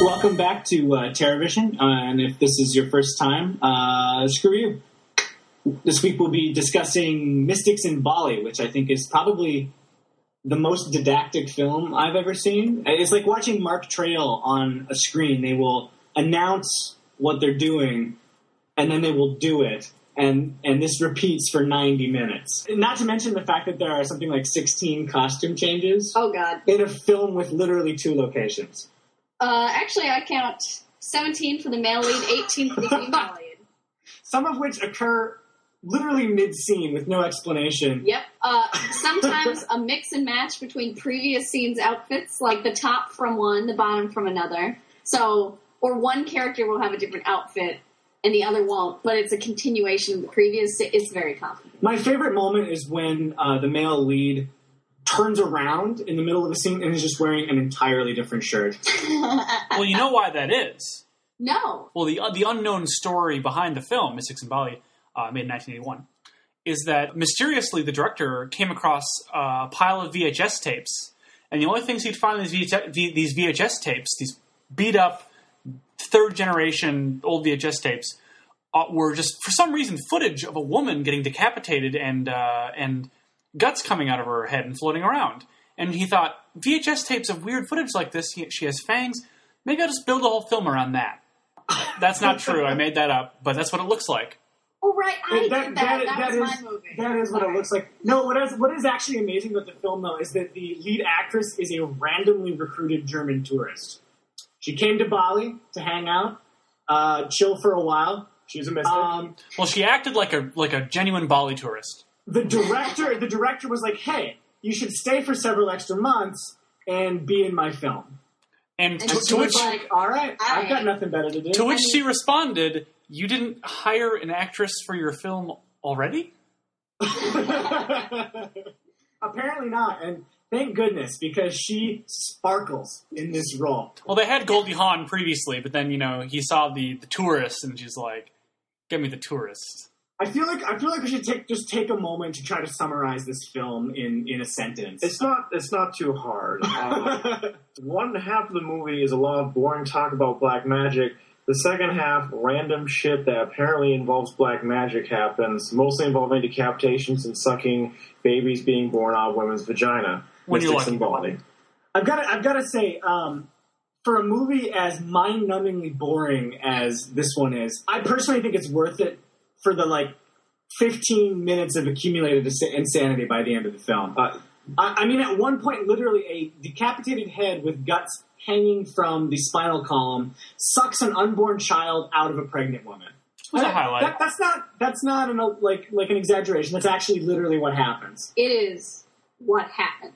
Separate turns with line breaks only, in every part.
welcome back to uh, TerraVision. Uh, and if this is your first time, uh, screw you. This week we'll be discussing Mystics in Bali, which I think is probably the most didactic film I've ever seen. It's like watching Mark Trail on a screen. They will announce what they're doing, and then they will do it. And, and this repeats for 90 minutes. Not to mention the fact that there are something like 16 costume changes
Oh God.
in a film with literally two locations.
Uh, actually, I count seventeen for the male lead, eighteen for the female lead.
some of which occur literally mid scene with no explanation.
Yep. Uh, sometimes a mix and match between previous scenes' outfits, like the top from one, the bottom from another. So, or one character will have a different outfit and the other won't, but it's a continuation of the previous. It's very complicated.
My favorite moment is when uh, the male lead turns around in the middle of a scene and is just wearing an entirely different shirt.
Well, you know why that is.
No.
Well, the the unknown story behind the film Mystics in Bali, uh, made in 1981, is that mysteriously the director came across uh, a pile of VHS tapes, and the only things he'd find in these VHS, v- these VHS tapes, these beat up third generation old VHS tapes, uh, were just for some reason footage of a woman getting decapitated and uh, and guts coming out of her head and floating around. And he thought VHS tapes of weird footage like this. He, she has fangs. Maybe I'll just build a whole film around that. That's not true. I made that up, but that's what it looks like.
Oh, right. I did that. That,
that
was
is-
my movie.
that is what it looks like. No, what is, what is actually amazing about the film, though, is that the lead actress is a randomly recruited German tourist. She came to Bali to hang out, uh, chill for a while.
She's a mystic.
Um,
Well, she acted like a like a genuine Bali tourist.
the director the director was like, "Hey, you should stay for several extra months and be in my film."
And
And
to,
she
to
was
which
Like, all right,
All
I've got
right.
nothing better to do.
to which she responded, "You didn't hire an actress for your film already."
Apparently not, and thank goodness because she sparkles in this role.
Well, they had Goldie Hawn previously, but then you know he saw the the tourist, and she's like, "Get me the tourist."
I feel like I feel like we should take just take a moment to try to summarize this film in in a sentence.
It's not. It's not too hard. Uh, one half of the movie is a lot of boring talk about black magic. The second half, random shit that apparently involves black magic happens, mostly involving decapitations and sucking babies being born out of women's vagina.
When you're
Mystics
lucky.
and body.
I've got to, I've got to say, um, for a movie as mind-numbingly boring as this one is, I personally think it's worth it for the like 15 minutes of accumulated ins- insanity by the end of the film.
Uh,
I, I mean, at one point, literally a decapitated head with guts hanging from the spinal column sucks an unborn child out of a pregnant woman.
was a
That-
highlight.
that- that's not that's not an uh, like like an exaggeration. That's actually literally what happens.
It is what happened.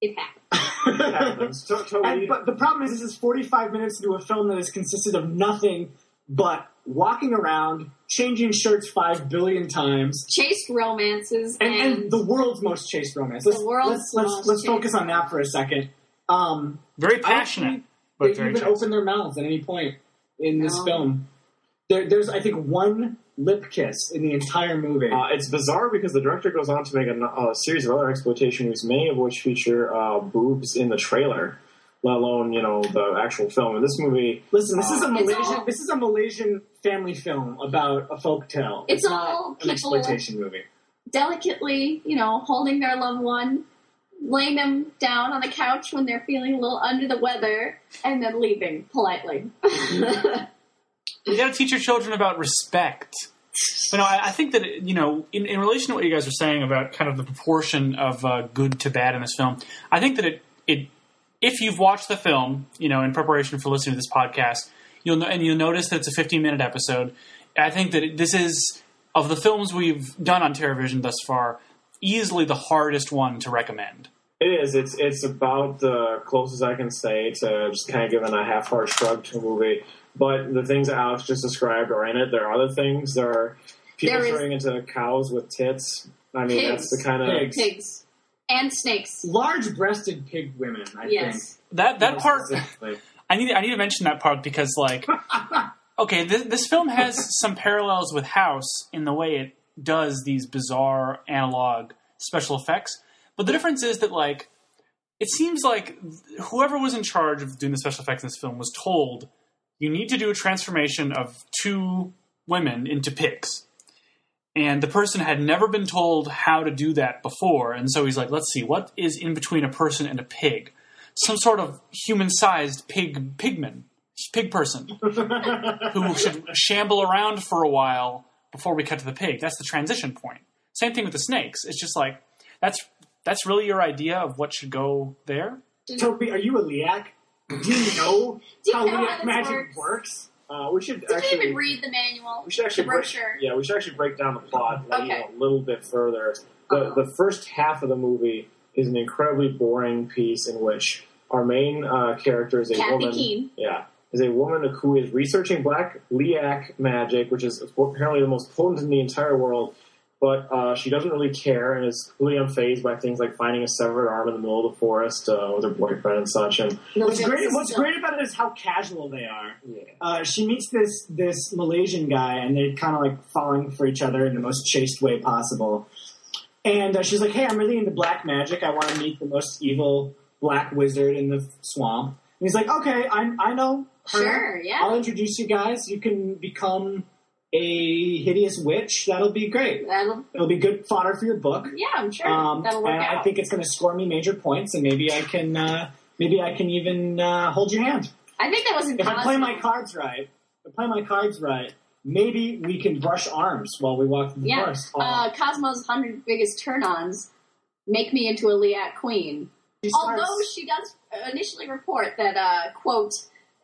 It happened.
it happens. To-
And,
totally.
but the problem is, this is 45 minutes into a film that has consisted of nothing but walking around, changing shirts five billion times,
Chased romances
and, and the world's most chased romance. Let's,
The world's
let's, let's,
most
let's
chased
focus on that for a second. Um,
Very
I don't
passionate,
think
but
they've
very
even
chaste.
opened their mouths at any point in this
No.
film. There, there's, I think, one lip kiss in the entire movie.
Uh, it's bizarre because the director goes on to make a, a series of other exploitation movies, many of which feature uh, boobs in the trailer, let alone you know the actual film. And this movie,
Listen, this is a
It's
Malaysian.
all-
This is a Malaysian family film about a folk tale.
It's
not
all
an
people-
exploitation movie.
delicately, you know, holding their loved one, laying them down on the couch when they're feeling a little under the weather, and then leaving politely.
You got to teach your children about respect. But no, I, I think that you know, in, in relation to what you guys are saying about kind of the proportion of uh, good to bad in this film, I think that it it if you've watched the film, you know, in preparation for listening to this podcast, you'll know, and you'll notice that it's a 15 minute episode. I think that it, this is of the films we've done on TerraVision thus far, easily the hardest one to recommend.
it is it's it's about the closest I can say to just kind of giving a half-heart shrug to a movie. But the things that Alex just described are in it. There are other things. There are people
There is-
turning into cows with tits. I mean,
Pigs.
that's the kind of
Pigs.
Pigs and snakes.
large-breasted pig women. I
Yes.
That
think
that part.
specifically.
I need I need to mention that part because like okay, this, this film has some parallels with House in the way it does these bizarre analog special effects, but the difference is that like it seems like whoever was in charge of doing the special effects in this film was told you need to do a transformation of two women into pigs. And the person had never been told how to do that before, and so he's like, let's see, what is in between a person and a pig? Some sort of human sized pig pigman, pig person, who should shamble around for a while before we cut to the pig. That's the transition point. Same thing with the snakes. It's just like that's that's really your idea of what should go there.
Toby, are you a Liac? Do you know
Do you
how
know how
Liac
this
magic
works?
works?
Uh, we should
Did
actually
you even read the manual?
we should actually
the
break,
brochure?
yeah we should actually break down the plot like, you
Okay. Uh-huh.
know, a little bit further. The
Uh-oh.
the first half of the movie is an incredibly boring piece in which our main uh, character is a
Kathy
woman.
Keene.
Yeah. Is a woman who is researching black liac magic, which is apparently the most potent in the entire world, but uh, she doesn't really care and is completely unfazed by things like finding a severed arm in the middle of the forest uh, with her boyfriend and such. And
What's great, what's great about it is how casual they are.
yeah.
Uh, she meets this this Malaysian guy, and they're kind of like falling for each other in the most chaste way possible. And uh, she's like, "Hey, I'm really into black magic. I want to meet the most evil black wizard in the swamp." And he's like, "Okay, I I know. her.
Sure, yeah.
I'll introduce you guys. You can become a hideous witch. That'll be great.
That'll,
It'll be good fodder for your book."
yeah, I'm sure
Um,
that'll
and
work out.
I think it's going to score me major points, and maybe I can uh, maybe I can even uh, hold your hand
I think that was in
if I play my
Cosmo.
cards right. If I play my cards right, maybe we can brush arms while we walk through the
Yeah,
forest.
uh, Cosmo's hundred biggest turn-ons make me into a Liat queen.
She starts-
Although she does initially report that, uh, quote,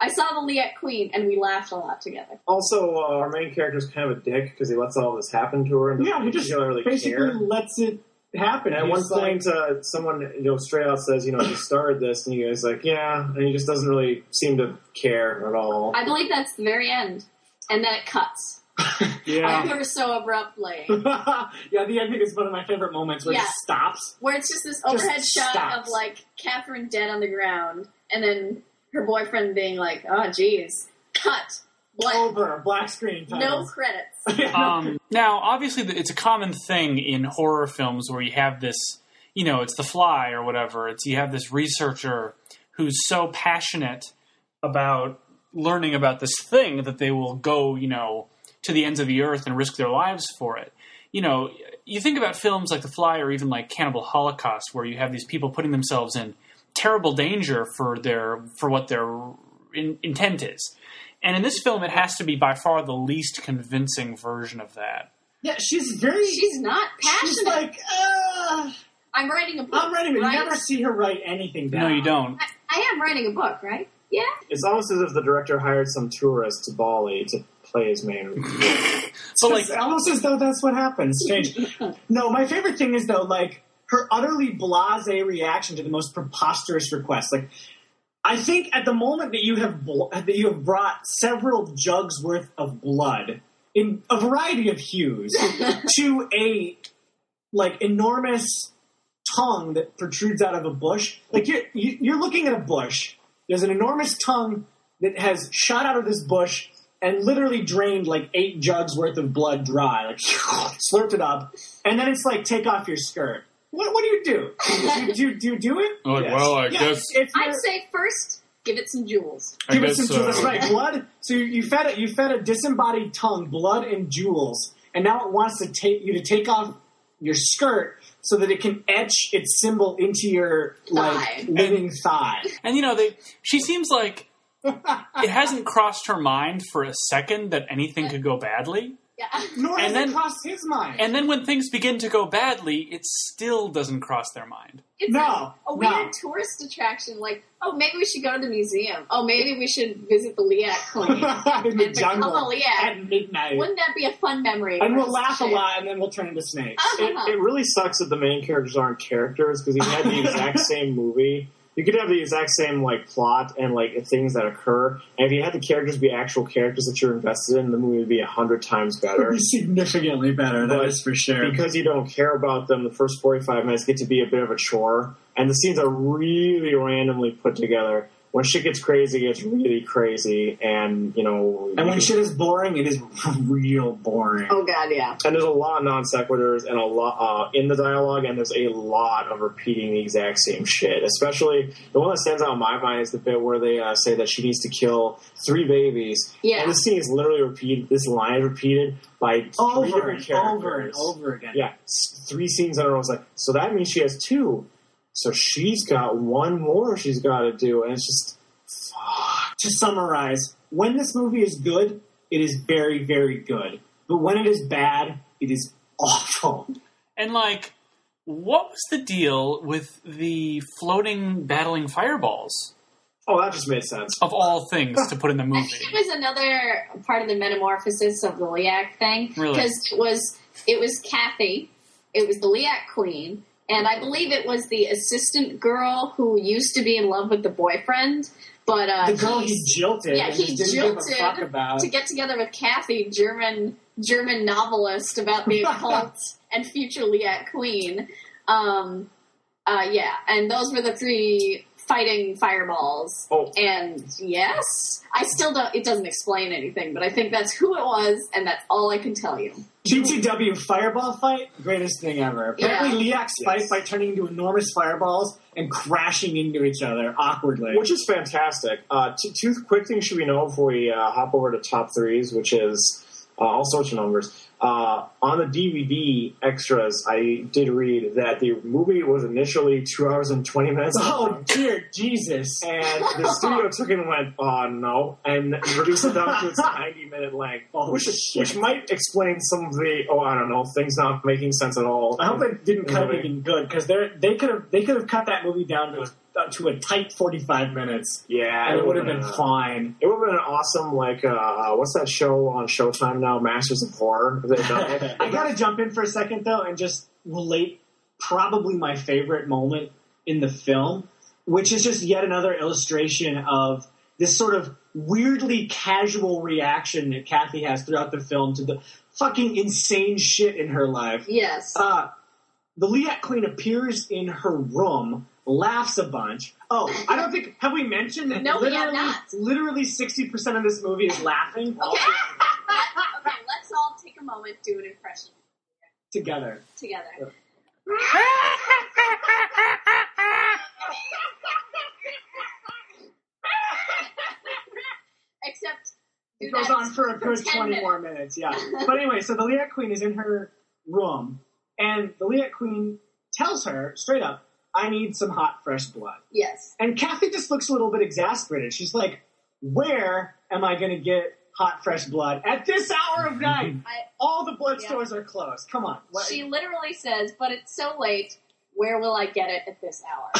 I saw the Liat queen and we laughed a lot together.
Also, uh, our main character is kind of a dick because he lets all this happen to her and
yeah, he
doesn't
just
really
basically
care.
lets it happen.
And at
He's
one
like-
point, uh, someone you know straight out says, "You know, he started this," and he goes like, "Yeah," and he just doesn't really seem to care at all.
I believe that's the very end. And then it cuts.
Yeah.
Ever so abruptly.
yeah, the ending is one of my favorite moments where it
Yeah.
just stops.
Where it's just this
Just
overhead shot
stops.
of, like, Catherine dead on the ground and then her boyfriend being like, oh, geez. Cut. Blank.
Over black screen.
No
Titles.
credits.
Um, now, obviously, th- it's a common thing in horror films where you have this, you know, it's The Fly or whatever. It's you have this researcher who's so passionate about learning about this thing that they will go, you know, to the ends of the earth and risk their lives for it. You know, you think about films like The Fly or even like Cannibal Holocaust, where you have these people putting themselves in terrible danger for their for what their in, intent is. And in this film, it has to be by far the least convincing version of that.
Yeah, she's very.
She's not passionate.
she's like, uh,
I'm writing a book.
I'm ready. You
right?
never see her write anything down.
No, you don't.
I, I am writing a book, right? Yeah.
It's almost as if the director hired some tourist to Bali to play his main.
But like,
It's almost as though that's what happens. Strange. no, my favorite thing is though, like her utterly blasé reaction to the most preposterous request. Like, I think at the moment that you have bl- that you have brought several jugs worth of blood in a variety of hues to a like enormous tongue that protrudes out of a bush. Like you're you- you're looking at a bush. There's an enormous tongue that has shot out of this bush and literally drained like eight jugs worth of blood dry. Like slurped it up, and then it's like take off your skirt. What what do you do? Do you do, you- do, you do it?
Like, well, I
Yeah,
guess-
if
I'd
you're-
say first, give it some jewels.
I
Give it
guess,
some
uh,
jewels. That's right, blood. So you, you fed it. You fed a disembodied tongue blood and jewels, and now it wants to take you to take off your skirt so that it can etch its symbol into your
Thigh.
like living thigh.
and you know, they. She seems like it hasn't crossed her mind for a second that anything could go badly.
Yeah.
Nor has
And
it
then-
crossed his mind.
And then when things begin to go badly, it still doesn't cross their mind.
It's
No,
like a
no.
weird tourist attraction. Like, oh, maybe we should go to the museum. Oh, maybe we should visit the Liat Queen.
in the
And
jungle
become a Liac.
at midnight.
Wouldn't that be a fun memory?
And
for
we'll
us
laugh
to
a
share?
lot, and then we'll turn into snakes.
Uh-huh.
it, it really sucks that the main characters aren't characters because if you had the exact same movie, you could have the exact same like plot and like things that occur. And if you had the characters be actual characters that you're invested in, the movie would be a hundred times
It'll
better.
be significantly better, that
But
is for sure.
because you don't care about them, the first 45 minutes get to be a bit of a chore, and the scenes are really randomly put together. when shit gets crazy, it's really crazy, and you know,
And
you
when
can-
shit is boring, it is real boring.
Oh god, yeah.
and there's a lot of non sequiturs and a lot uh, in the dialogue, and there's a lot of repeating the exact same shit. Especially the one that stands out in my mind is the bit where they uh, say that she needs to kill three babies,
Yeah.
and this scene is literally repeated. This line is repeated by three
Oh, Over
different
and over and
characters.
over again.
Yeah, s- three scenes in a row. I was like, so that means she has two. So she's got one more she's got to do, and it's just
to summarize, when this movie is good, it is very, very good. But when it is bad, it is awful.
And like, what was the deal with the floating battling fireballs
oh, that just made sense.
of all things to put in the
I
movie?
think it was another part of the metamorphosis of the Leac thing
Really?
because it was it was Kathy, it was the Leac Queen, and I believe it was the assistant girl who used to be in love with the boyfriend, but uh,
The girl he
he's-
jilted,
yeah,
and
he
just didn't give a
jilted
fuck about.
to get together with Kathy, German German novelist about the occult and future Liat Queen. Um, uh, yeah, and those were the three fighting fireballs.
Oh.
And yes, I still don't. It doesn't explain anything, but I think that's who it was, and that's all I can tell you.
GTW fireball fight, greatest thing ever. Apparently, Leak's
Yes.
fight by turning into enormous fireballs and crashing into each other awkwardly.
Which is fantastic. Uh, t- two quick things should we know before we uh, hop over to top threes, which is uh, all sorts of numbers. Uh, on the DVD extras, I did read that the movie was initially two hours and 20 minutes
oh
long.
dear Jesus!
And the studio took it and went, oh no, and reduced it down to its 90 minute length.
Oh,
which,
shit.
which might explain some of the, oh, I don't know, things not making sense at all.
I hope they didn't cut
Really?
anything good because they they could have they could have cut that movie down to a, uh, to a tight forty five minutes,
Yeah, uh,
and it would have
would've
been fine.
It would have been an awesome, like, uh, what's that show on Showtime now? Masters of Horror. If they'd done it.
I gotta jump in for a second though and just relate probably my favorite moment in the film, which is just yet another illustration of this sort of weirdly casual reaction that Kathy has throughout the film to the fucking insane shit in her life.
Yes,
Uh, the Liat Queen appears in her room, laughs a bunch. Oh, I don't think have we mentioned that
No, we have
literally
not.
literally sixty percent of this movie is laughing all
okay. okay, let's all take a moment, do an impression
together.
together. Except do
It goes
that
on for a good
10
20 more minutes, yeah. But anyway, so the Liat Queen is in her room, and the Liat Queen tells her straight up, I need some hot, fresh blood.
Yes.
And Kathy just looks a little bit exasperated. She's like, Where am I going to get hot, fresh blood at this hour of night?
I-
All the blood
Yeah.
stores are closed. Come on. What-
She literally says, but it's so late, where will I get it at this hour?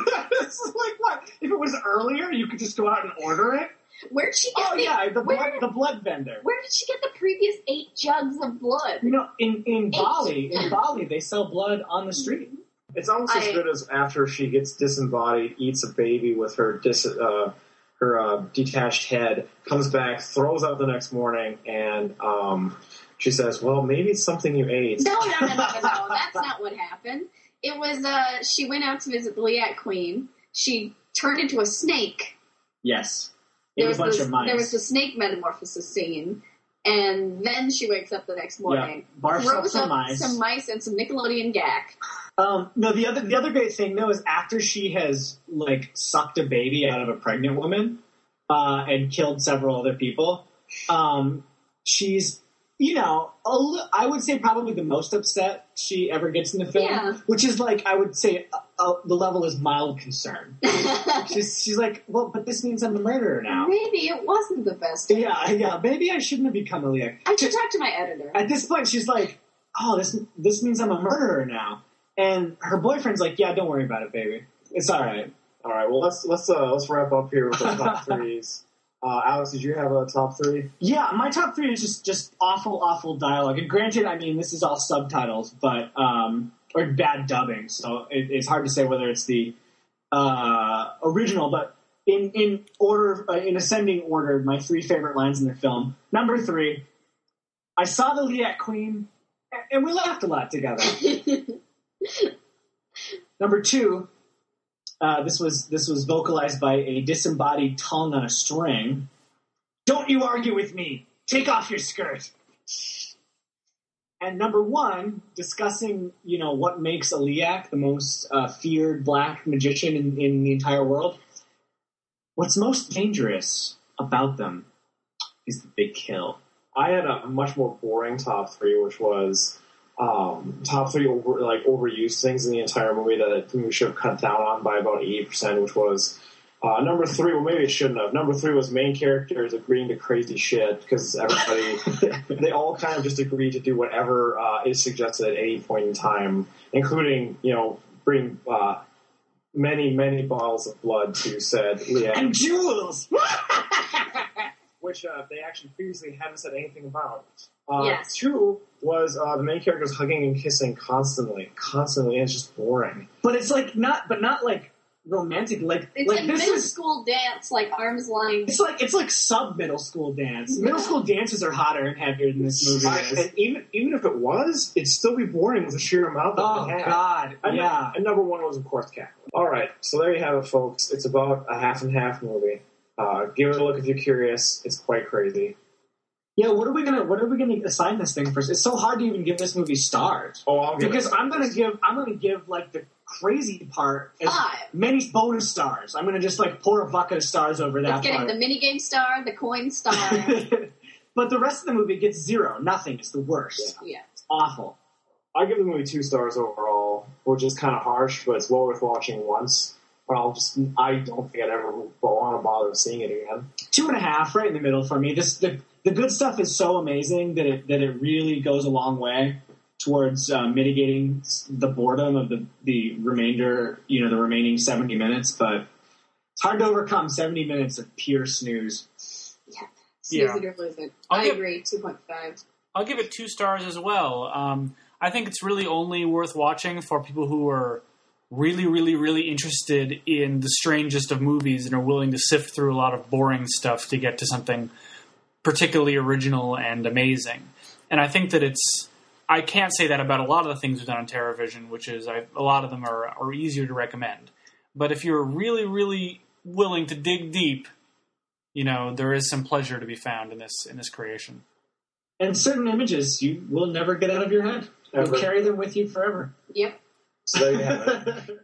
this is like what? If it was earlier, you could just go out and order it?
Where'd she get
Oh,
the,
yeah, the blood,
where,
the blood vendor.
where did she get the previous eight jugs of blood?
You know, in, in Bali, in Bali, they sell blood on the street.
it's almost as
I-
good as after she gets disembodied, eats a baby with her dis, uh, her uh, detached head, comes back, throws out the next morning, and um, she says, "Well, maybe it's something you ate."
No, no, no, no, no, no. That's not what happened. It was, uh, she went out to visit the Liat Queen. She turned into a snake.
Yes.
There
Ate a
was,
bunch
the,
of mice.
there was the snake metamorphosis scene, and then she wakes up the next morning,
Yeah, barfs up
throws
some
up
mice.
some mice and some Nickelodeon gack.
Um, no, the other the other great thing though is after she has like sucked a baby out of a pregnant woman uh, and killed several other people, um, she's you know a li- I would say probably the most upset she ever gets in the film,
Yeah.
which is like I would say uh, uh, the level is mild concern. she's she's like, well, but this means I'm a murderer now.
Maybe it wasn't the best.
Yeah, yeah. Maybe I shouldn't have become a Leah
I should talk to my editor.
at this point, she's like, "Oh, this this means I'm a murderer now." And her boyfriend's like, "Yeah, don't worry about it, baby. It's all right."
All right, well let's let's uh, let's wrap up here with the top threes. Uh, Alex, did you have a top three?
Yeah, my top three is just just awful, awful dialogue. And granted, I mean, this is all subtitles, but um, or bad dubbing, so it, it's hard to say whether it's the uh, original. But in in order, uh, in ascending order, my three favorite lines in the film. Number three, I saw the Liat Queen, a- and we laughed a lot together. Number two, Uh, this was this was vocalized by a disembodied tongue on a string. Don't you argue with me. Take off your skirt. And number one, discussing you know what makes Eliak the most uh, feared black magician in, in the entire world. What's most dangerous about them is that they kill.
I had a much more boring top three, which was um, top three over, like overused things in the entire movie that the movie should have cut down on by about eighty percent, which was uh, number three. Well, maybe it shouldn't have. Number three was main characters agreeing to crazy shit because everybody they all kind of just agree to do whatever uh, is suggested at any point in time, including you know bring uh, many many bottles of blood to said Leanne.
And jewels.
which uh, they actually previously hadn't said anything about. Uh,
Yes.
Two was uh, the main characters hugging and kissing constantly, constantly, and it's just boring.
But it's like not, but not like romantic. Like
It's
like
like
this
middle
is
school dance, like arms lined.
it's like it's like sub middle school dance. Middle school dances are hotter and heavier than this movie
I-
is.
and even even if it was, it'd still be boring with the sheer amount that
Oh
they had.
God,
And,
yeah.
and number one was of course Cackling. All right, so there you have it, folks. It's about a half and half movie. Uh, give it a look if you're curious. It's quite crazy.
Yeah, what are we gonna what are we gonna assign this thing first? It's so hard to even give this movie stars.
Oh, I'll give
Because
it.
I'm gonna give I'm gonna give like the crazy part as
Five.
many bonus stars. I'm gonna just like pour a bucket of stars over
It's
that
getting
part.
the minigame star, the coin star.
but the rest of the movie gets zero. Nothing. It's the worst.
yeah.
It's awful.
I give the movie two stars overall, which is kind of harsh, but it's well worth watching once. But I'll just, I don't think I'd ever want to bother seeing it again.
Two and a half, right in the middle for me. This the the good stuff is so amazing that it that it really goes a long way towards uh, mitigating s- the boredom of the the remainder. You know, the remaining seventy minutes, but. It's hard to overcome 70 minutes of pure snooze.
Snooze
Yeah.
it or lose it.
I'll
I
give-
agree. Two point five.
I'll give it two stars as well. Um, I think it's really only worth watching for people who are really, really, really interested in the strangest of movies and are willing to sift through a lot of boring stuff to get to something particularly original and amazing. And I think that it's. I can't say that about a lot of the things we've done on TerraVision, which is I, a lot of them are, are easier to recommend. But if you're really, really willing to dig deep, you know there is some pleasure to be found in this in this creation.
And certain images you will never get out of your head.
Ever.
You'll carry them with you forever.
Yep.
So there you have it.